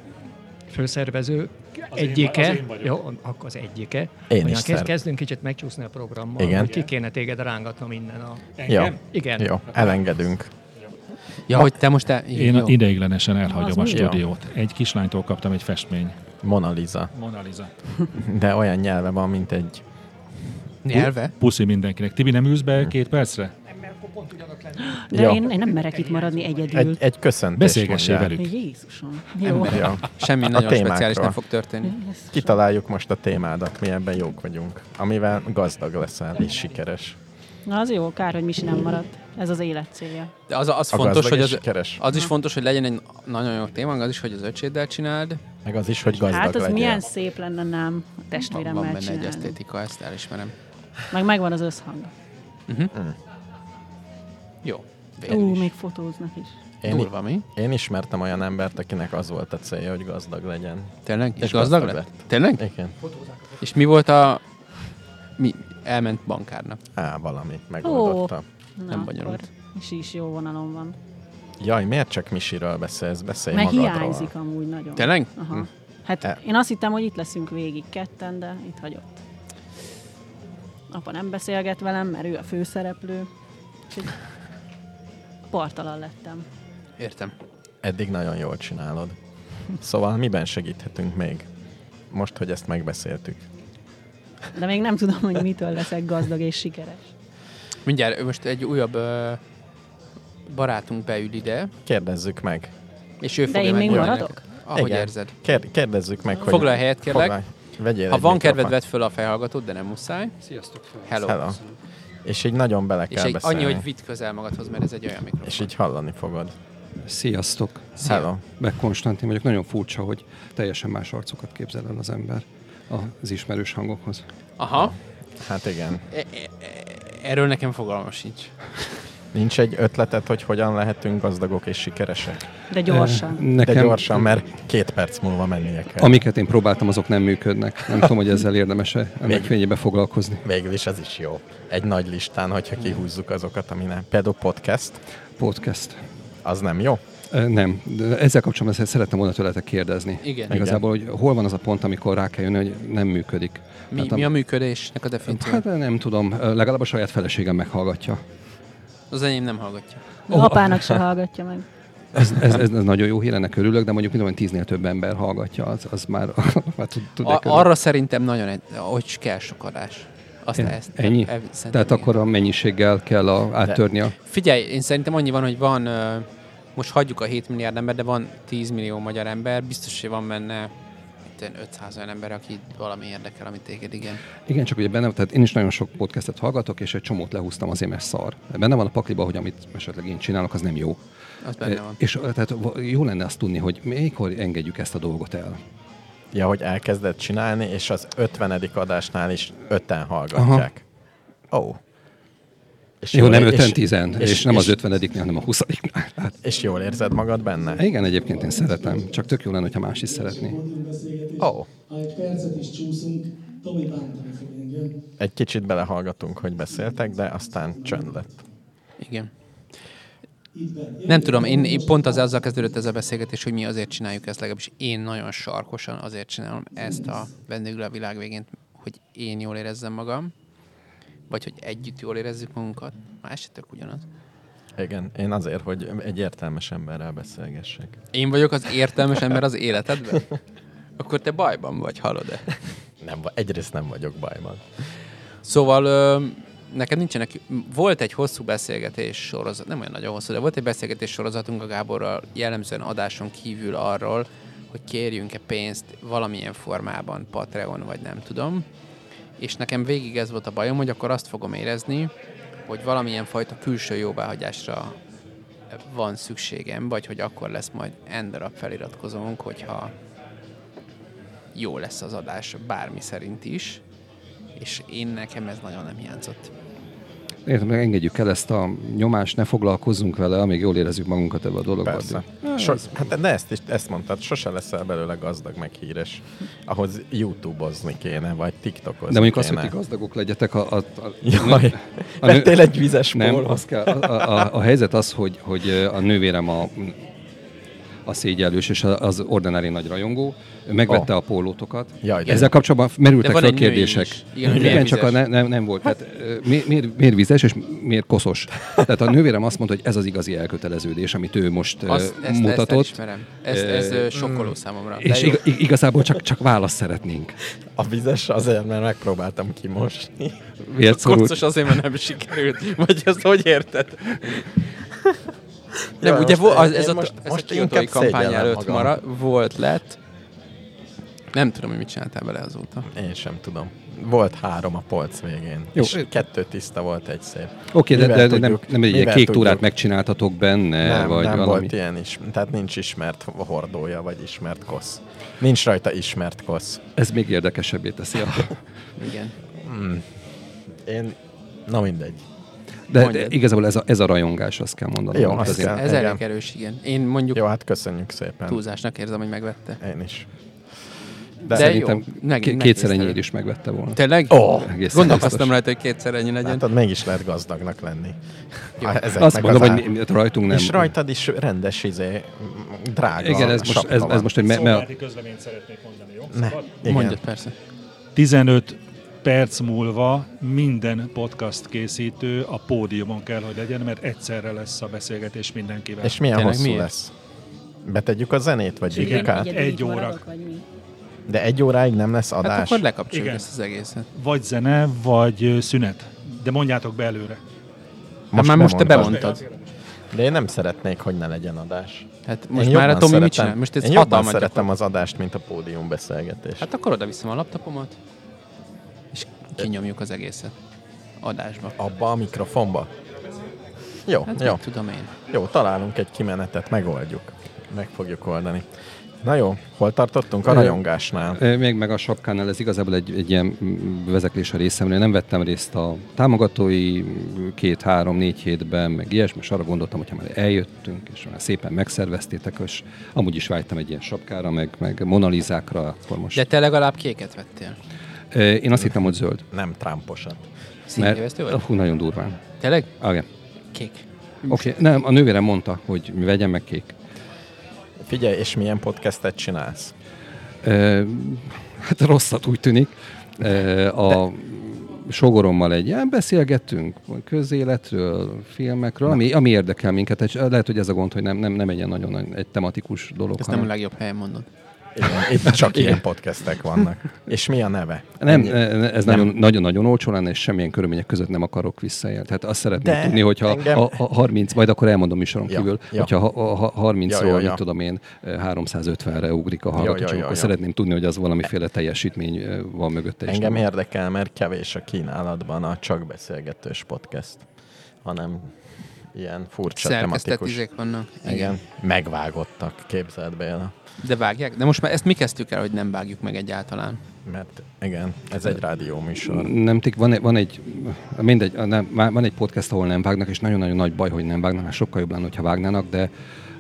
E: főszervező
C: Az én-
E: egyike,
C: az én vagyok.
E: jó, akkor az egyike,
A: Én
E: hogy
A: is
E: ha kezd,
A: szeret-
E: kezdünk kicsit megcsúszni a programmal,
A: Igen.
E: hogy ki kéne téged rángatnom innen a...
A: Jó.
C: Engem?
E: Igen.
A: Jó, elengedünk.
B: Ja, hogy te most... El...
C: Én
B: jó.
C: ideiglenesen elhagyom
D: Az
C: a
D: mi?
C: stúdiót. Egy kislánytól kaptam egy festmény.
A: Mona Lisa.
C: Mona Lisa.
A: De olyan nyelve van, mint egy...
B: Nyelve?
C: Puszi mindenkinek. Tibi, nem ülsz be két percre?
D: De
A: Jó.
D: én, én nem merek itt maradni egyedül.
A: Egy, egy köszöntés
C: Beszélgessél
A: mondjál.
C: velük.
D: Jézusom. Jó.
A: Ja.
B: Semmi nagyon
A: témákról.
B: speciális nem fog történni.
A: Kitaláljuk most a témádat, mi ebben jók vagyunk, amivel gazdag leszel és sikeres.
D: Na az jó, kár, hogy Misi nem maradt. Ez az élet célja.
B: De az, az
A: A
B: fontos,
A: gazdag
B: hogy
A: és
B: az,
A: sikeres.
B: az is fontos, hogy legyen egy nagyon jó téma, meg az is, hogy az öcséddel csináld.
A: Meg az is, hogy gazdag
D: hát az
A: legyél.
D: milyen szép lenne nem a
B: Van, van
D: testvéremmel
B: benne egy
D: csinálni.
B: esztétika, ezt elismerem.
D: Meg megvan az összhang.
B: Jó. végül
D: Ú,
B: is.
D: még fotóznak is.
A: Én,
B: Durva, mi?
A: én ismertem olyan embert, akinek az volt a célja, hogy gazdag legyen.
B: Tényleg? És,
A: És
B: gazdag,
A: gazdag
B: lett? Tényleg?
A: Igen.
B: És mi volt a... Mi? Elment bankárnak.
A: Á, valamit megoldotta.
D: Na,
B: Nem bonyolult.
D: akkor Misi is jó vonalon van.
A: Jaj, miért csak Misiről beszélsz? Beszélj
D: Meg
A: magadról.
D: hiányzik amúgy nagyon.
B: Tényleg? Hm.
D: Aha. Hát
A: E.
D: én azt hittem, hogy itt leszünk végig ketten, de itt hagyott. Apa nem beszélget velem, mert ő a főszereplő. Úgyhogy partalan lettem.
B: Értem.
A: Eddig nagyon jól csinálod. Szóval miben segíthetünk még? Most, hogy ezt megbeszéltük.
D: De még nem tudom, hogy mitől leszek gazdag és sikeres.
B: Mindjárt most egy újabb ö, barátunk beül ide,
A: Kérdezzük meg.
B: és ő
D: De
B: fogja
D: én még
B: megmondani
D: maradok?
B: neked, Ahogy
A: Igen.
B: érzed.
A: Kér- kérdezzük meg, hogy...
B: Foglalj helyet, kérlek.
A: Vegyél
B: Ha
A: egy
B: van
A: mikrofont.
B: kedved, vedd föl a fejhallgatót, de nem muszáj.
C: Sziasztok.
B: Hello.
A: Hello. És így nagyon bele
B: És
A: kell
B: egy,
A: beszélni.
B: annyi, hogy vidd közel magadhoz, mert ez egy olyan mikrofon.
A: És így hallani fogod.
F: Sziasztok!
A: Hello.
F: Meg Konstantin vagyok. Nagyon furcsa, hogy teljesen más arcokat képzel el az ember az ismerős hangokhoz.
B: Aha.
A: Hát igen.
B: E- e- e- Erről nekem fogalmam sincs.
A: Nincs egy ötleted, hogy hogyan lehetünk gazdagok és sikeresek?
D: De gyorsan.
A: De
F: Nekem,
A: gyorsan, mert két perc múlva mennie kell.
F: amiket én próbáltam, azok nem működnek. Nem tudom, hogy ezzel érdemese ennek
A: Még.
F: fényébe foglalkozni.
A: Végül is ez is jó. Egy nagy listán, hogyha kihúzzuk azokat, ami nem. Például podcast,
F: Podcast.
A: az nem jó?
F: Ö, Nem. De ezzel kapcsolatban ezt szerettem volna tőletek kérdezni.
B: Igen.
F: Igazából, hogy hol van az a pont, amikor rá kell jönni, hogy nem működik.
B: Mi,
A: Hát
F: Tehát
B: mi a működésnek a definíció?
F: Hát nem tudom, Ö, legalább a saját feleségem meghallgatja.
B: Az enyém nem hallgatja.
D: De apának se hallgatja meg.
F: Ez, ez, ez, ez nagyon jó hír, ennek örülök, de mondjuk minden tíznél több ember hallgatja, az, az már, már tud, tudnék
B: A,
F: örülni.
B: arra szerintem nagyon egy, hogy kell sok adás. Azt
F: Igen.
B: ezt,
F: Ennyi?
B: e- szerintem
F: Tehát
B: igen.
F: akkor a mennyiséggel kell a, áttörni a...
B: Figyelj, én szerintem annyi van, hogy van, ö, most hagyjuk a 7 milliárd ember, de van 10 millió magyar ember, biztos, hogy van benne mit tudom én, 500 olyan ember, aki valami érdekel, amit téged, igen.
F: Igen, csak ugye benne, tehát én is nagyon sok podcastet hallgatok, és egy csomót lehúztam azért, mert szar. Benne van a pakliba, hogy amit esetleg én csinálok, az nem jó. E-
B: Az benne van.
F: És ö, tehát va- jó lenne azt tudni, hogy mikor engedjük ezt a dolgot el.
A: Ja, hogy elkezded csinálni, és az 50. adásnál is öten hallgatják. Ó. Oh. És
F: Jó,
A: jól-
F: nem
A: és-
F: 5 10 és, és nem az
A: és,
F: 50-nél, hanem a 20-nál. Hát,
A: És jól érzed magad benne?
F: igen, egyébként én szeretem, csak tök jó lenne, ha más is szeretné.
A: Ó. Oh.
G: Ha egy percet is csúszunk, Tomi bántani fog engem.
A: Egy kicsit belehallgatunk, hogy beszéltek, de aztán csönd lett.
B: Igen. Nem tudom, én, én pont az, azzal kezdődött ez a beszélgetés, hogy mi azért csináljuk ezt, legalábbis én nagyon sarkosan azért csinálom ezt a vendégül a világ végén, hogy én jól érezzem magam, vagy hogy együtt jól érezzük magunkat. Más se tök ugyanaz.
A: Igen, én azért, hogy egy értelmes emberrel beszélgessek.
B: Én vagyok az értelmes ember az életedben? Akkor te bajban vagy, hallod-e?
A: Nem, va- egyrészt nem vagyok bajban.
B: Szóval ö, neked nincsenek... Volt egy hosszú beszélgetés sorozat, nem olyan nagyon hosszú, de volt egy beszélgetés sorozatunk a Gáborral jellemzően adáson kívül arról, hogy kérjünk-e pénzt valamilyen formában, Patreon vagy nem tudom. És nekem végig ez volt a bajom, hogy akkor azt fogom érezni, hogy valamilyen fajta külső jóváhagyásra van szükségem, vagy hogy akkor lesz majd n darab feliratkozónk, hogyha jó lesz az adás bármi szerint is, és én nekem ez nagyon nem hiányzott.
F: Értem, meg engedjük el ezt a nyomást, ne foglalkozzunk vele, amíg jól érezzük magunkat ebbe a dologba.
A: Persze. So, hát de ezt, is, ezt mondtad, sose leszel belőle gazdag, meg híres. Ahhoz YouTube-ozni kéne, vagy TikTokozni
F: De mondjuk azt,
A: kéne.
F: hogy ti gazdagoktól legyetek a... a, a
A: Jaj,
F: a nő-
A: lettél egy vizes
F: nem,
A: póló.
F: az kell, a, a, a, a, helyzet az, hogy, hogy a nővérem a, a szégyellős és a- az ordinári nagy rajongó. Ő megvette
A: Ó.
F: a pólótokat.
A: Oh. Jaj, de-
F: Ezzel kapcsolatban merültek
B: De van
F: fel
B: egy női
F: kérdések.
B: is. Igen,
F: Igen,
B: hogy
F: Igen
B: miért
F: csak a
B: vizes.
F: ne, nem, nem volt. Hát, ö, mi, miért, miért vizes és miért koszos? Tehát a nővérem azt mondta, hogy ez az igazi elköteleződés, amit ő most ö,
B: Azt, ezt, ezt
F: mutatott.
B: elismerem. Ez, ez ö,
A: Mm.
B: sokkoló számomra.
F: és
B: jó.
F: ig- ig- igazából csak, csak választ szeretnénk.
A: A vizes azért, mert megpróbáltam kimosni.
F: Miért szorult?
B: Kocos azért, mert nem sikerült. Vagy ezt hogy érted? Nem,
A: Jaj,
B: ugye
A: most
B: most, az,
A: én-
B: ez,
A: én
B: a,
A: most-
B: ez
A: most
B: a kiotói
A: inkább szégyellem
B: kampány előtt
A: magam.
B: mara, volt, lett. Nem tudom, hogy mit csináltál vele azóta.
A: Én sem tudom. Volt három a polc végén. Jó.
F: Jó.
A: És kettő tiszta volt egy szép.
F: Oké, de,
A: Mivel
F: de, de
A: tudjuk-
F: nem, nem egy ilyen
A: mivel
F: kék
A: tudjuk-
F: túrát megcsináltatok benne,
A: Nem,
F: vagy
A: nem
F: valami.
A: volt ilyen is. Tehát nincs ismert hordója, vagy ismert kosz. Nincs rajta ismert kosz.
F: Ez még érdekesebbé teszi. A...
B: Igen.
A: Én, na mindegy.
F: De, de
B: Mondjad.
F: igazából ez a, ez a rajongás, azt kell mondanom.
A: Jó,
F: amit
A: azt
F: azért-
A: kell.
B: Ez
A: Hát Igen.
B: elég erős, igen. Én mondjuk
A: Jó, hát köszönjük szépen.
B: túlzásnak érzem, hogy megvette.
A: Én is.
B: De
F: Szerintem
B: jó, meg-
F: ké- kétszer
B: megtisztelő.
F: ennyit is megvette volna.
B: Tényleg?
A: Ó,
F: egészen biztos.
B: Gondolkoztam rajta, hogy kétszer ennyi legyen.
A: Látod, mégis lehet gazdagnak lenni.
B: Jó.
A: Ha ezek
F: Azt
A: meg
F: mondom,
A: az
F: hogy
A: ár-
F: mi- rajtunk nem.
A: És rajtad is rendes, izé, m- drága
F: Igen, ez most,
A: sapka
F: ez, ez
A: van.
F: most egy... Me-
A: Szóval-
F: me-
C: Szolgálati közleményt szeretnék mondani, jó?
A: Ne,
C: Szabad?
A: igen.
B: Mondja, persze. Hát
C: 15 perc múlva minden podcast készítő a pódiumon kell, hogy legyen, mert egyszerre lesz a beszélgetés mindenkivel.
A: És milyen
B: Tényleg
A: hosszú
B: miért?
A: lesz? Betegyük a zenét, vagy
C: Igen.
A: vigyük át?
C: Igen. egy óra.
D: Vagy mi?
A: De egy óráig nem lesz adás.
B: Hát akkor lekapcsoljuk
C: Igen.
B: ezt az egészet.
C: Vagy zene, vagy ö, szünet. De mondjátok be előre.
B: Hát már most te
A: bemondtad.
B: bemondtad.
A: De én nem szeretnék, hogy ne legyen adás.
B: Hát
A: én
B: most már a
A: jobban
B: Tomi mit
A: szeretem-
B: csinál? Most ez
A: én jobban
B: hatalmat
A: szeretem az adást, mint a pódium beszélgetés. Hát,
B: Hát akkor oda viszem a laptopomat, és kinyomjuk az egészet adásba.
A: abba a mikrofonba. Jó,
B: Hát
A: jó.
B: mit tudom én.
A: Jó, találunk egy kimenetet, megoldjuk. Meg fogjuk oldani. Na jó, hol tartottunk? A
F: Ö,
A: rajongásnál.
F: Ö, Még meg a sapkánál ez igazából egy, egy ilyen mm, vezeklés a részemről. Nem vettem részt a támogatói mm, két, három, négy hétben, meg ilyesmi, és arra gondoltam, hogy ha már eljöttünk, és már szépen megszerveztétek, és amúgy is vágytam egy ilyen sapkára, meg, meg monalizákra, akkor most...
B: De te legalább kéket vettél.
F: Ö, Én azt hittem, hogy zöld.
A: Nem trámposat.
B: Színkévesztő vagy?
F: Hú, nagyon durván.
B: Tényleg?
F: Igen.
B: Kék.
F: Oké, okay. nem, a nővérem mondta, hogy vegyem meg kék.
A: Figyelj, és milyen podcastet csinálsz?
F: Ö, hát rosszat úgy tűnik. Ö, a sogorommal egy ilyen beszélgettünk közéletről, filmekről, ami, ami érdekel minket. Egy, lehet, hogy ez a gond, hogy nem, nem, nem egy ilyen nagyon nagy- egy tematikus dolog.
B: Ezt nem a legjobb helyen mondod.
A: Igen, itt csak ilyen podcastek vannak. És mi a neve?
F: nem, ne- ez nagyon- nagyon-nagyon olcsó lenne, és semmilyen körülmények között nem akarok visszaélni. Tehát azt szeretném
A: De
F: tudni, hogyha
A: engem-
F: a, a 30, majd akkor elmondom műsoron
A: Ja,
F: kívül,
A: ja.
F: hogyha ha- a, a 30-ról,
A: Ja, ja, ja.
F: mit tudom én, 350-re ugrik a hallgató,
A: ja,
F: csak
A: ja,
F: akkor
A: ja.
F: szeretném tudni, hogy az valamiféle teljesítmény ö, van mögötte. és
A: Engem
F: nem-
A: érdekel, mert kevés a kínálatban a csak beszélgetős podcast, hanem ilyen furcsa
B: Szerkesztett
A: tematikus.
B: izék vannak. Igen.
A: Igen, megvágottak, képzeld Béla.
B: De vágják. De most már ezt mi kezdtük el, hogy nem vágjuk meg egyáltalán.
A: Mert igen, ez egy rádió műsor.
F: Nem, tik, van, egy- van egy, mindegy, nem, már van egy podcast, ahol nem vágnak, és nagyon-nagyon nagy baj, hogy nem vágnak, mert sokkal jobb lenne, hogyha vágnának, de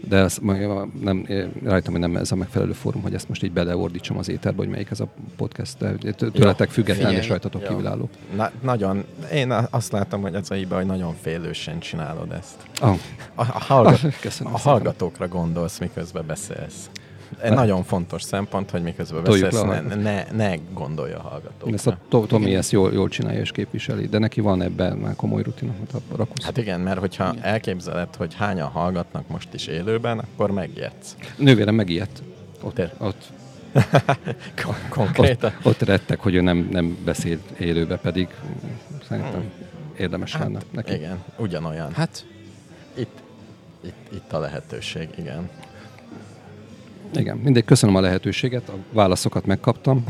F: de azt ma- nem, eh, rajtam, hogy nem ez a megfelelő fórum, hogy ezt most így beleordítsam az éterbe, hogy melyik ez a podcast. de tő- Tőletek független
B: Figyelj.
F: és rajtatok
A: Jó.
F: kívülálló.
A: Na, nagyon, én a- azt látom, hogy az a hiba, hogy nagyon félősen csinálod ezt.
F: Ah,
A: A, a, hallgat,
F: Köszönöm
A: a
F: szépen.
A: hallgatókra gondolsz, miközben beszélsz. Egy nagyon fontos szempont, hogy miközben
F: Toljuk le
A: beszélsz,
F: a
A: ne,
F: hallgatót.
A: ne, ne gondolja a hallgató.
F: ezt a To- Tomi ezt jól, jól csinálja és képviseli, de neki van ebben már komoly rutin, amit abba raksz.
A: Hát igen, mert hogyha igen. elképzeled, hogy hányan hallgatnak most is élőben, akkor megértsz.
F: Nővérem megijedt. Ott,
A: Tér-
F: ott,
A: Kon-
F: ott,
A: konkrétan.
F: ott rettek, hogy ő nem, nem beszél élőbe, pedig szerintem érdemes lenne neki.
A: Hmm. Hát Igen, ugyanolyan.
B: Hát,
A: Itt, itt, itt a lehetőség, igen.
F: Igen, mindegy, köszönöm a lehetőséget, a válaszokat megkaptam.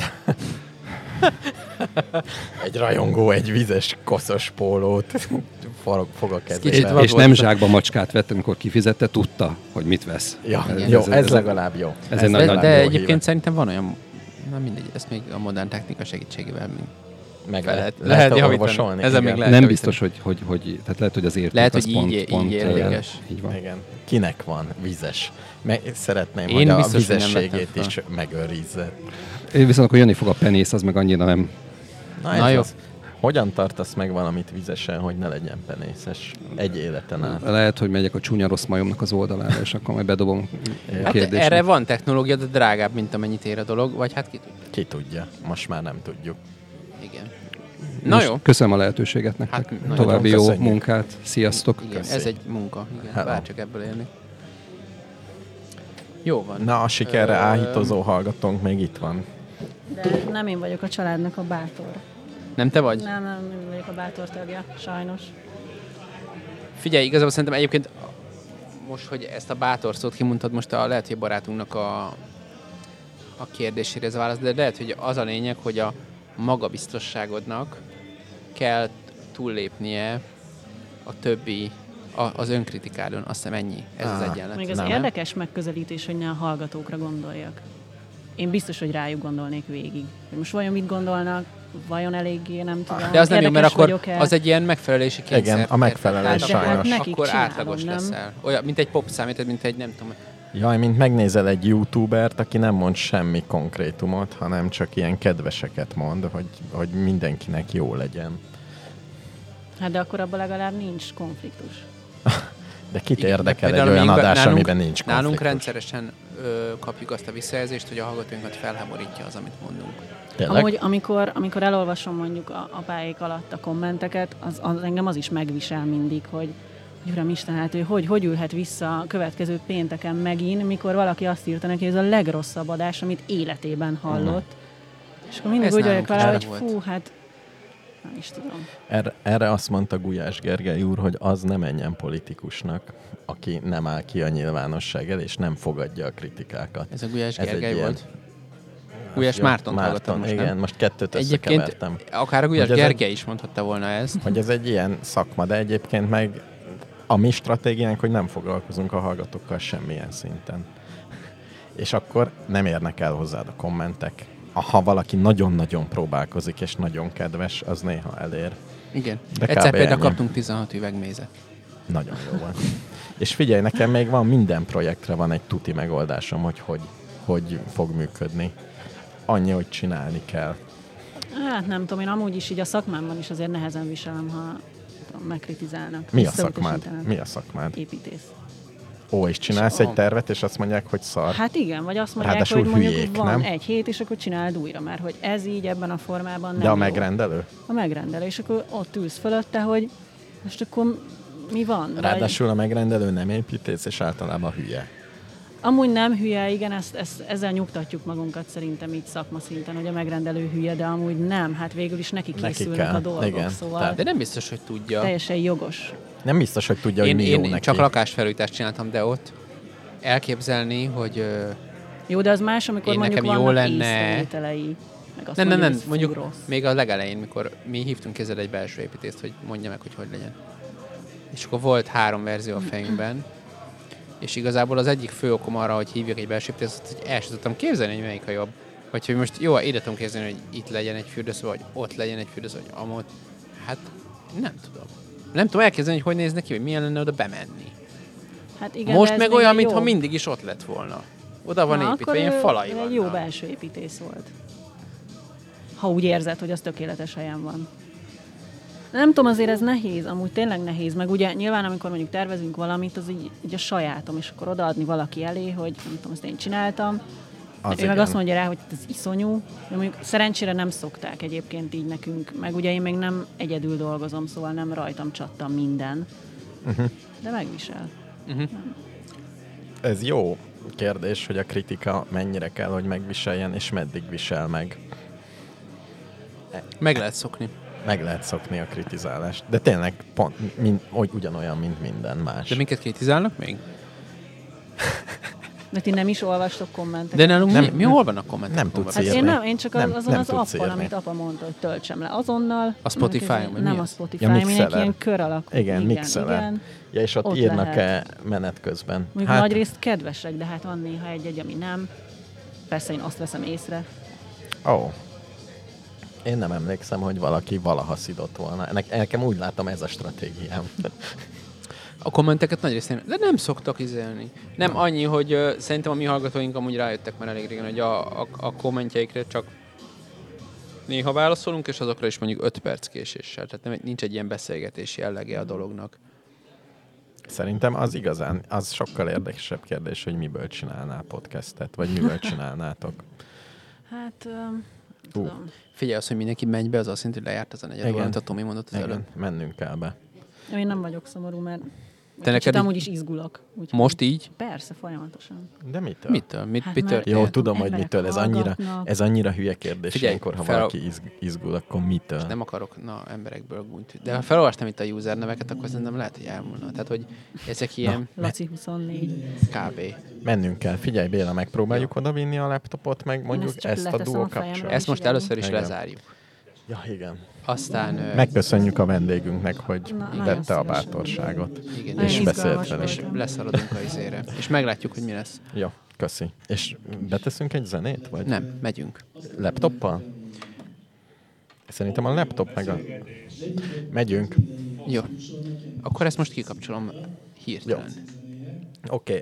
A: Egy rajongó, egy vizes, koszos pólót farog, fog a
F: És,
A: kezébe.
B: vad
F: és
B: volt.
F: nem zsákba macskát vett, amikor kifizette, tudta, hogy mit vesz.
A: Ja, jó, ez, legalább jó.
F: Ez egy
B: de,
F: nagy
B: de
A: jó
B: egyébként
A: hír.
B: szerintem van olyan, na mindegy, ezt még a modern technika segítségével még
A: Meg
B: fel
A: lehet,
B: lehet, lehet, lehet
A: orvosolni.
B: javítani. Ezen
A: igen.
B: még lehet
F: Lehet nem
B: javítani.
F: biztos, hogy, hogy, hogy, tehát lehet, hogy az érték
B: Lehet,
F: az
B: hogy így
F: pont,
B: é- így
F: pont, ö,
B: érdekes.
F: Így van.
A: Igen. Kinek van vizes? Meg szeretném,
B: Én
A: hogy a
B: biztos, hogy nem
A: vizességét
B: vettem
A: is megőrizze.
F: Én viszont akkor jönni fog a penész, az meg annyira nem.
A: Na, ez
B: Na jó.
A: Az. Hogyan tartasz meg valamit vizesen, hogy ne legyen penészes egy életen át?
F: Lehet, hogy megyek a csúnya rossz majomnak az oldalára, és akkor majd bedobom a
B: Hát
F: kérdést.
B: erre van technológia, de drágább, mint amennyit ér a dolog, vagy hát ki tudja.
A: Ki tudja, most már nem tudjuk.
B: Igen. Na
F: Most
B: jó,
F: Köszönöm a lehetőséget nektek.
B: Hát, nagyon
F: További jó
A: köszönjük.
F: munkát. Sziasztok.
B: igen,
A: köszi.
B: ez egy munka, igen,
A: Hello.
B: bárcsak ebből élni. Jó van.
A: Na, a sikerre
B: Ö,
A: áhítozó hallgatónk még itt van.
D: De nem én vagyok a családnak a bátor.
B: Nem te vagy?
D: Nem, nem én vagyok a bátor tagja, sajnos.
B: Figyelj, igazából szerintem egyébként a- most, hogy ezt a bátor szót kimondtad, most a lehet, hogy a barátunknak a, a kérdésére ez a válasz, de lehet, hogy az a lényeg, hogy a magabiztosságodnak kell túllépnie a többi, a, az önkritikádon, azt hiszem ennyi. Ez az
A: Á.
B: egyenlet.
D: Még az
A: nem.
D: érdekes megközelítés, hogy ne a hallgatókra gondoljak. Én biztos, hogy rájuk gondolnék végig. Hogy most vajon mit gondolnak, vajon eléggé, nem tudom.
B: De az nem jó, mert
D: Érdekes
B: akkor
D: vagyok-e?
B: az egy ilyen megfelelési kényszer.
A: Igen, a
B: érted?
A: megfelelés
B: Tehát
A: sajnos.
B: akkor-
D: Hát nekik
B: Akkor
D: csinálom,
B: átlagos
D: nem?
B: leszel. Olyan, mint egy pop számít, mint egy nem tudom.
A: Jaj, mint megnézel egy youtubert, aki nem mond semmi konkrétumot, hanem csak ilyen kedveseket mond, hogy, hogy mindenkinek jó legyen.
D: Hát de akkor abban legalább nincs konfliktus.
A: De kit
B: Igen, de
A: érdekel egy
B: például
A: olyan
B: miénkben-
A: adás,
B: nálunk-
A: amiben nincs konfliktus?
B: Nálunk rendszeresen ö, kapjuk azt a visszajelzést, hogy a hallgatóinkat felháborítja az, amit mondunk.
A: Tényleg?
D: Amúgy, amikor, amikor elolvasom mondjuk a, a pályék alatt a kommenteket, az, az engem az is megvisel mindig, hogy hogy Uram Isten, hát ő hogy, hogy ülhet vissza a következő pénteken megint, mikor valaki azt írta neki, hogy ez a legrosszabb adás, amit életében hallott.
A: Mhm.
D: És akkor mindig
B: Ez
D: úgy
B: nálunk
D: vagyok vele,
B: is
D: hogy
B: volt.
D: fú, hát nem is tudom.
A: Erre, Er- erre azt mondta Gulyás Gergely úr, hogy az ne menjen politikusnak, aki nem áll ki a nyilvánosság elé, és nem fogadja a kritikákat.
B: Ez a Gulyás
A: Ez egy
B: Gergely
A: ilyen-
B: volt. Gulyás Márton hallgattam most,
A: igen,
B: nem?
A: most kettőt
B: Egyébként
A: összekevertem.
B: akár a Gulyás
A: Hogy ez egy-
B: Gergely is mondhatta volna ezt.
A: Hogy ez egy ilyen szakma, de egyébként meg a mi stratégiánk, hogy nem foglalkozunk a hallgatókkal semmilyen szinten. És akkor nem érnek el hozzád a kommentek. Ha valaki nagyon-nagyon próbálkozik, és nagyon kedves, az néha elér.
B: Igen.
A: De
B: Egyszer
A: kb.
B: például
A: ennyi.
B: kaptunk 16 üveg mézet.
A: Nagyon jó van. És figyelj, nekem még van minden projektre van egy tuti megoldásom, hogy hogy, hogy fog működni. Annyi, hogy csinálni kell.
D: Hát nem tudom, én amúgy is így a szakmámban is azért nehezen viselem, ha tudom, megkritizálnak.
A: Mi a
D: Visszautasítanak.
A: szakmád? Mi a szakmád?
D: Építész.
A: Ó, és csinálsz egy tervet, és azt mondják, hogy szar.
D: Hát igen, vagy azt mondják,
A: Ráadásul
D: hogy mondjuk
A: hülyék,
D: van
A: nem?
D: egy hét, és akkor csináld újra, mert hogy ez így ebben a formában nem
A: De a
D: jó.
A: megrendelő?
D: A megrendelő, és akkor ott ülsz fölötte, hogy most akkor mi van? Vagy-
A: Ráadásul a megrendelő nem építész, és általában hülye.
D: Amúgy nem hülye, igen, ezt, ezt, ezzel nyugtatjuk magunkat szerintem így szakmaszinten, hogy a megrendelő hülye, de amúgy nem, hát végül is neki
A: Neki
D: készülnek
A: kell,
D: a dolgok,
A: igen.
D: szóval
A: Tehát-
B: De nem biztos, hogy tudja.
D: teljesen jogos.
A: Nem biztos, hogy tudja,
B: én
A: hogy mi jó
B: én
A: neki.
B: csak lakásfelújítást csináltam, de ott elképzelni, hogy ö,
D: Jó, de az más, amikor
B: Én
D: mondjuk
B: nekem jó
D: vannak
B: lenne-
D: észrevételei, meg azt
B: nem, nem,
D: mondjuk,
B: nem,
D: hogy fú,
B: mondjuk
D: rossz.
B: még a legelején, mikor mi hívtunk kézzel egy belső építést, hogy mondja meg, hogy hogy legyen. És akkor volt három verzió a fejünkben, és igazából az egyik fő okom arra, hogy hívjak egy belső építést, az, hogy el sem tudtam képzelni, hogy melyik a jobb. Vagy hogy most jó, ide tudom képzelni, hogy itt legyen egy fürdőszoba, vagy ott legyen egy fürdőszoba, vagy amott. Hát nem tudom. Nem tudom elképzelni, hogy hogy néz neki, hogy milyen lenne oda bemenni.
D: Hát
B: Igen,
D: igen, de
B: most
D: ez
B: meg
D: még
B: olyan,
D: a
B: mintha
D: jó.
B: mindig is ott lett volna. Oda van
D: Na,
B: építve,
D: akkor
B: ilyen
D: ő-
B: falai
D: ő
B: vannak.
D: Egy jó belső építész volt. Ha úgy érzed, hogy az tökéletes helyen van. Nem tudom, azért ez nehéz, amúgy tényleg nehéz, meg ugye nyilván, amikor mondjuk tervezünk valamit, az így, így a sajátom, és akkor odaadni valaki elé, hogy nem tudom, ezt én csináltam,
A: Az
D: az ő
A: igen.
D: meg azt mondja rá, hogy ez iszonyú. De mondjuk szerencsére nem szokták egyébként így nekünk, meg ugye én még nem egyedül dolgozom, szóval nem rajtam csattam minden. Uh-huh.
B: Mhm.
D: De megvisel.
A: Ez jó kérdés, hogy a kritika mennyire kell, hogy megviseljen, és meddig visel meg.
B: Meg lehet szokni.
A: meg lehet szokni a kritizálást. De tényleg pont mind, oly- ugyanolyan, mint minden más.
B: De minket kritizálnak még?
D: De ti nem is olvastok kommenteket.
B: De nálunk nem, mi,
A: Nem-
B: mi hol vannak kommentek?
A: nem tudsz
D: Hát
A: írni.
D: én nem, én csak
A: Nem-
D: nem, azon
A: nem
D: nem az
A: tudsz
D: appon,
A: írni.
D: amit apa mondta, hogy töltsem le azonnal.
B: A Spotify-on,
D: Ennek
B: vagy
D: ez- Nem
B: mi
D: a
B: ez?
D: Spotify,
A: Ja,
D: minek
A: mixeler.
D: ilyen kör alakú.
A: Igen, mixeler.
D: Igen.
A: Ja, és ott,
D: Ott
A: írnak-e
D: lehet.
A: menet közben?
D: Mondjuk hát... nagyrészt kedvesek, de hát van néha egy-egy, ami nem. Persze én azt veszem észre.
A: Ó. Én nem emlékszem, hogy valaki valaha szidott volna. Ne- Nekem úgy látom ez a stratégiám.
B: A kommenteket nagy részén, de nem szoktak izelni. Nem annyi, hogy uh, szerintem a mi hallgatóink amúgy rájöttek már elég régen, hogy a, a, a kommentjeikre csak néha válaszolunk, és azokra is mondjuk 5 perc késéssel. Tehát nem, nincs egy ilyen beszélgetési jellege a dolognak.
A: Szerintem az igazán, az sokkal érdekesebb kérdés, hogy miből csinálnál podcastet, vagy miből csinálnátok.
D: Hát, öm, nem
A: Hú.
D: tudom.
B: Figyelj azt, hogy mindenki megy be, az azt jelenti, hogy lejárt az a negyed
A: Igen.
B: óra, amit a Tomi mondott az előbb.
A: Igen, mennünk kell be.
D: Én nem vagyok szomorú, mert
B: Te
D: Te
B: neked
D: kicsit
B: így-
D: amúgy is izgulok. Úgyhogy
B: Most így?
D: Persze, folyamatosan.
A: De mitől?
B: Mitől? Mit,
D: Hát
B: mi
D: már-
B: történt?
A: Jó,
D: Értem,
A: tudom, hogy
D: emberek
A: mitől. Ez annyira,
D: hallgatnak.
A: ez annyira hülye kérdés
B: Figyelj,
A: Figyelj, ilyenkor, ha
B: fel-
A: valaki iz, izgul, akkor mitől?
B: Nem akarok na, emberekből gúnyt. De ha felolvastam itt a user neveket, akkor szerintem lehet, hogy elmúlna. Tehát, hogy ezek ilyen
D: Laci 24.
B: kb.
A: Mennünk kell. Figyelj, Béla, megpróbáljuk odavinni a laptopot, meg mondjuk
D: ezt csak
A: ezt a
D: leteszem
A: duo
D: a fejemre.
A: kapcsolat.
B: Ezt most
D: Igen.
B: először is
A: Igen.
B: lezárjuk.
A: Ja, igen.
B: Aztán... ö,
A: Megköszönjük a vendégünknek, hogy
D: Na, nagyon
A: vette a
D: szívesen.
A: bátorságot,
B: Igen,
A: és
D: Nagyon
A: beszélt
D: izgalmas
A: velünk.
B: és
D: Voltam.
B: leszaladunk a izére. És meglátjuk, hogy mi lesz.
A: Jó, köszi. És beteszünk egy zenét? Vagy
B: Nem, megyünk.
A: Laptoppal? Szerintem a laptop meg a... Megyünk.
B: Jó. Akkor ezt most kikapcsolom hirtelen.
A: Oké,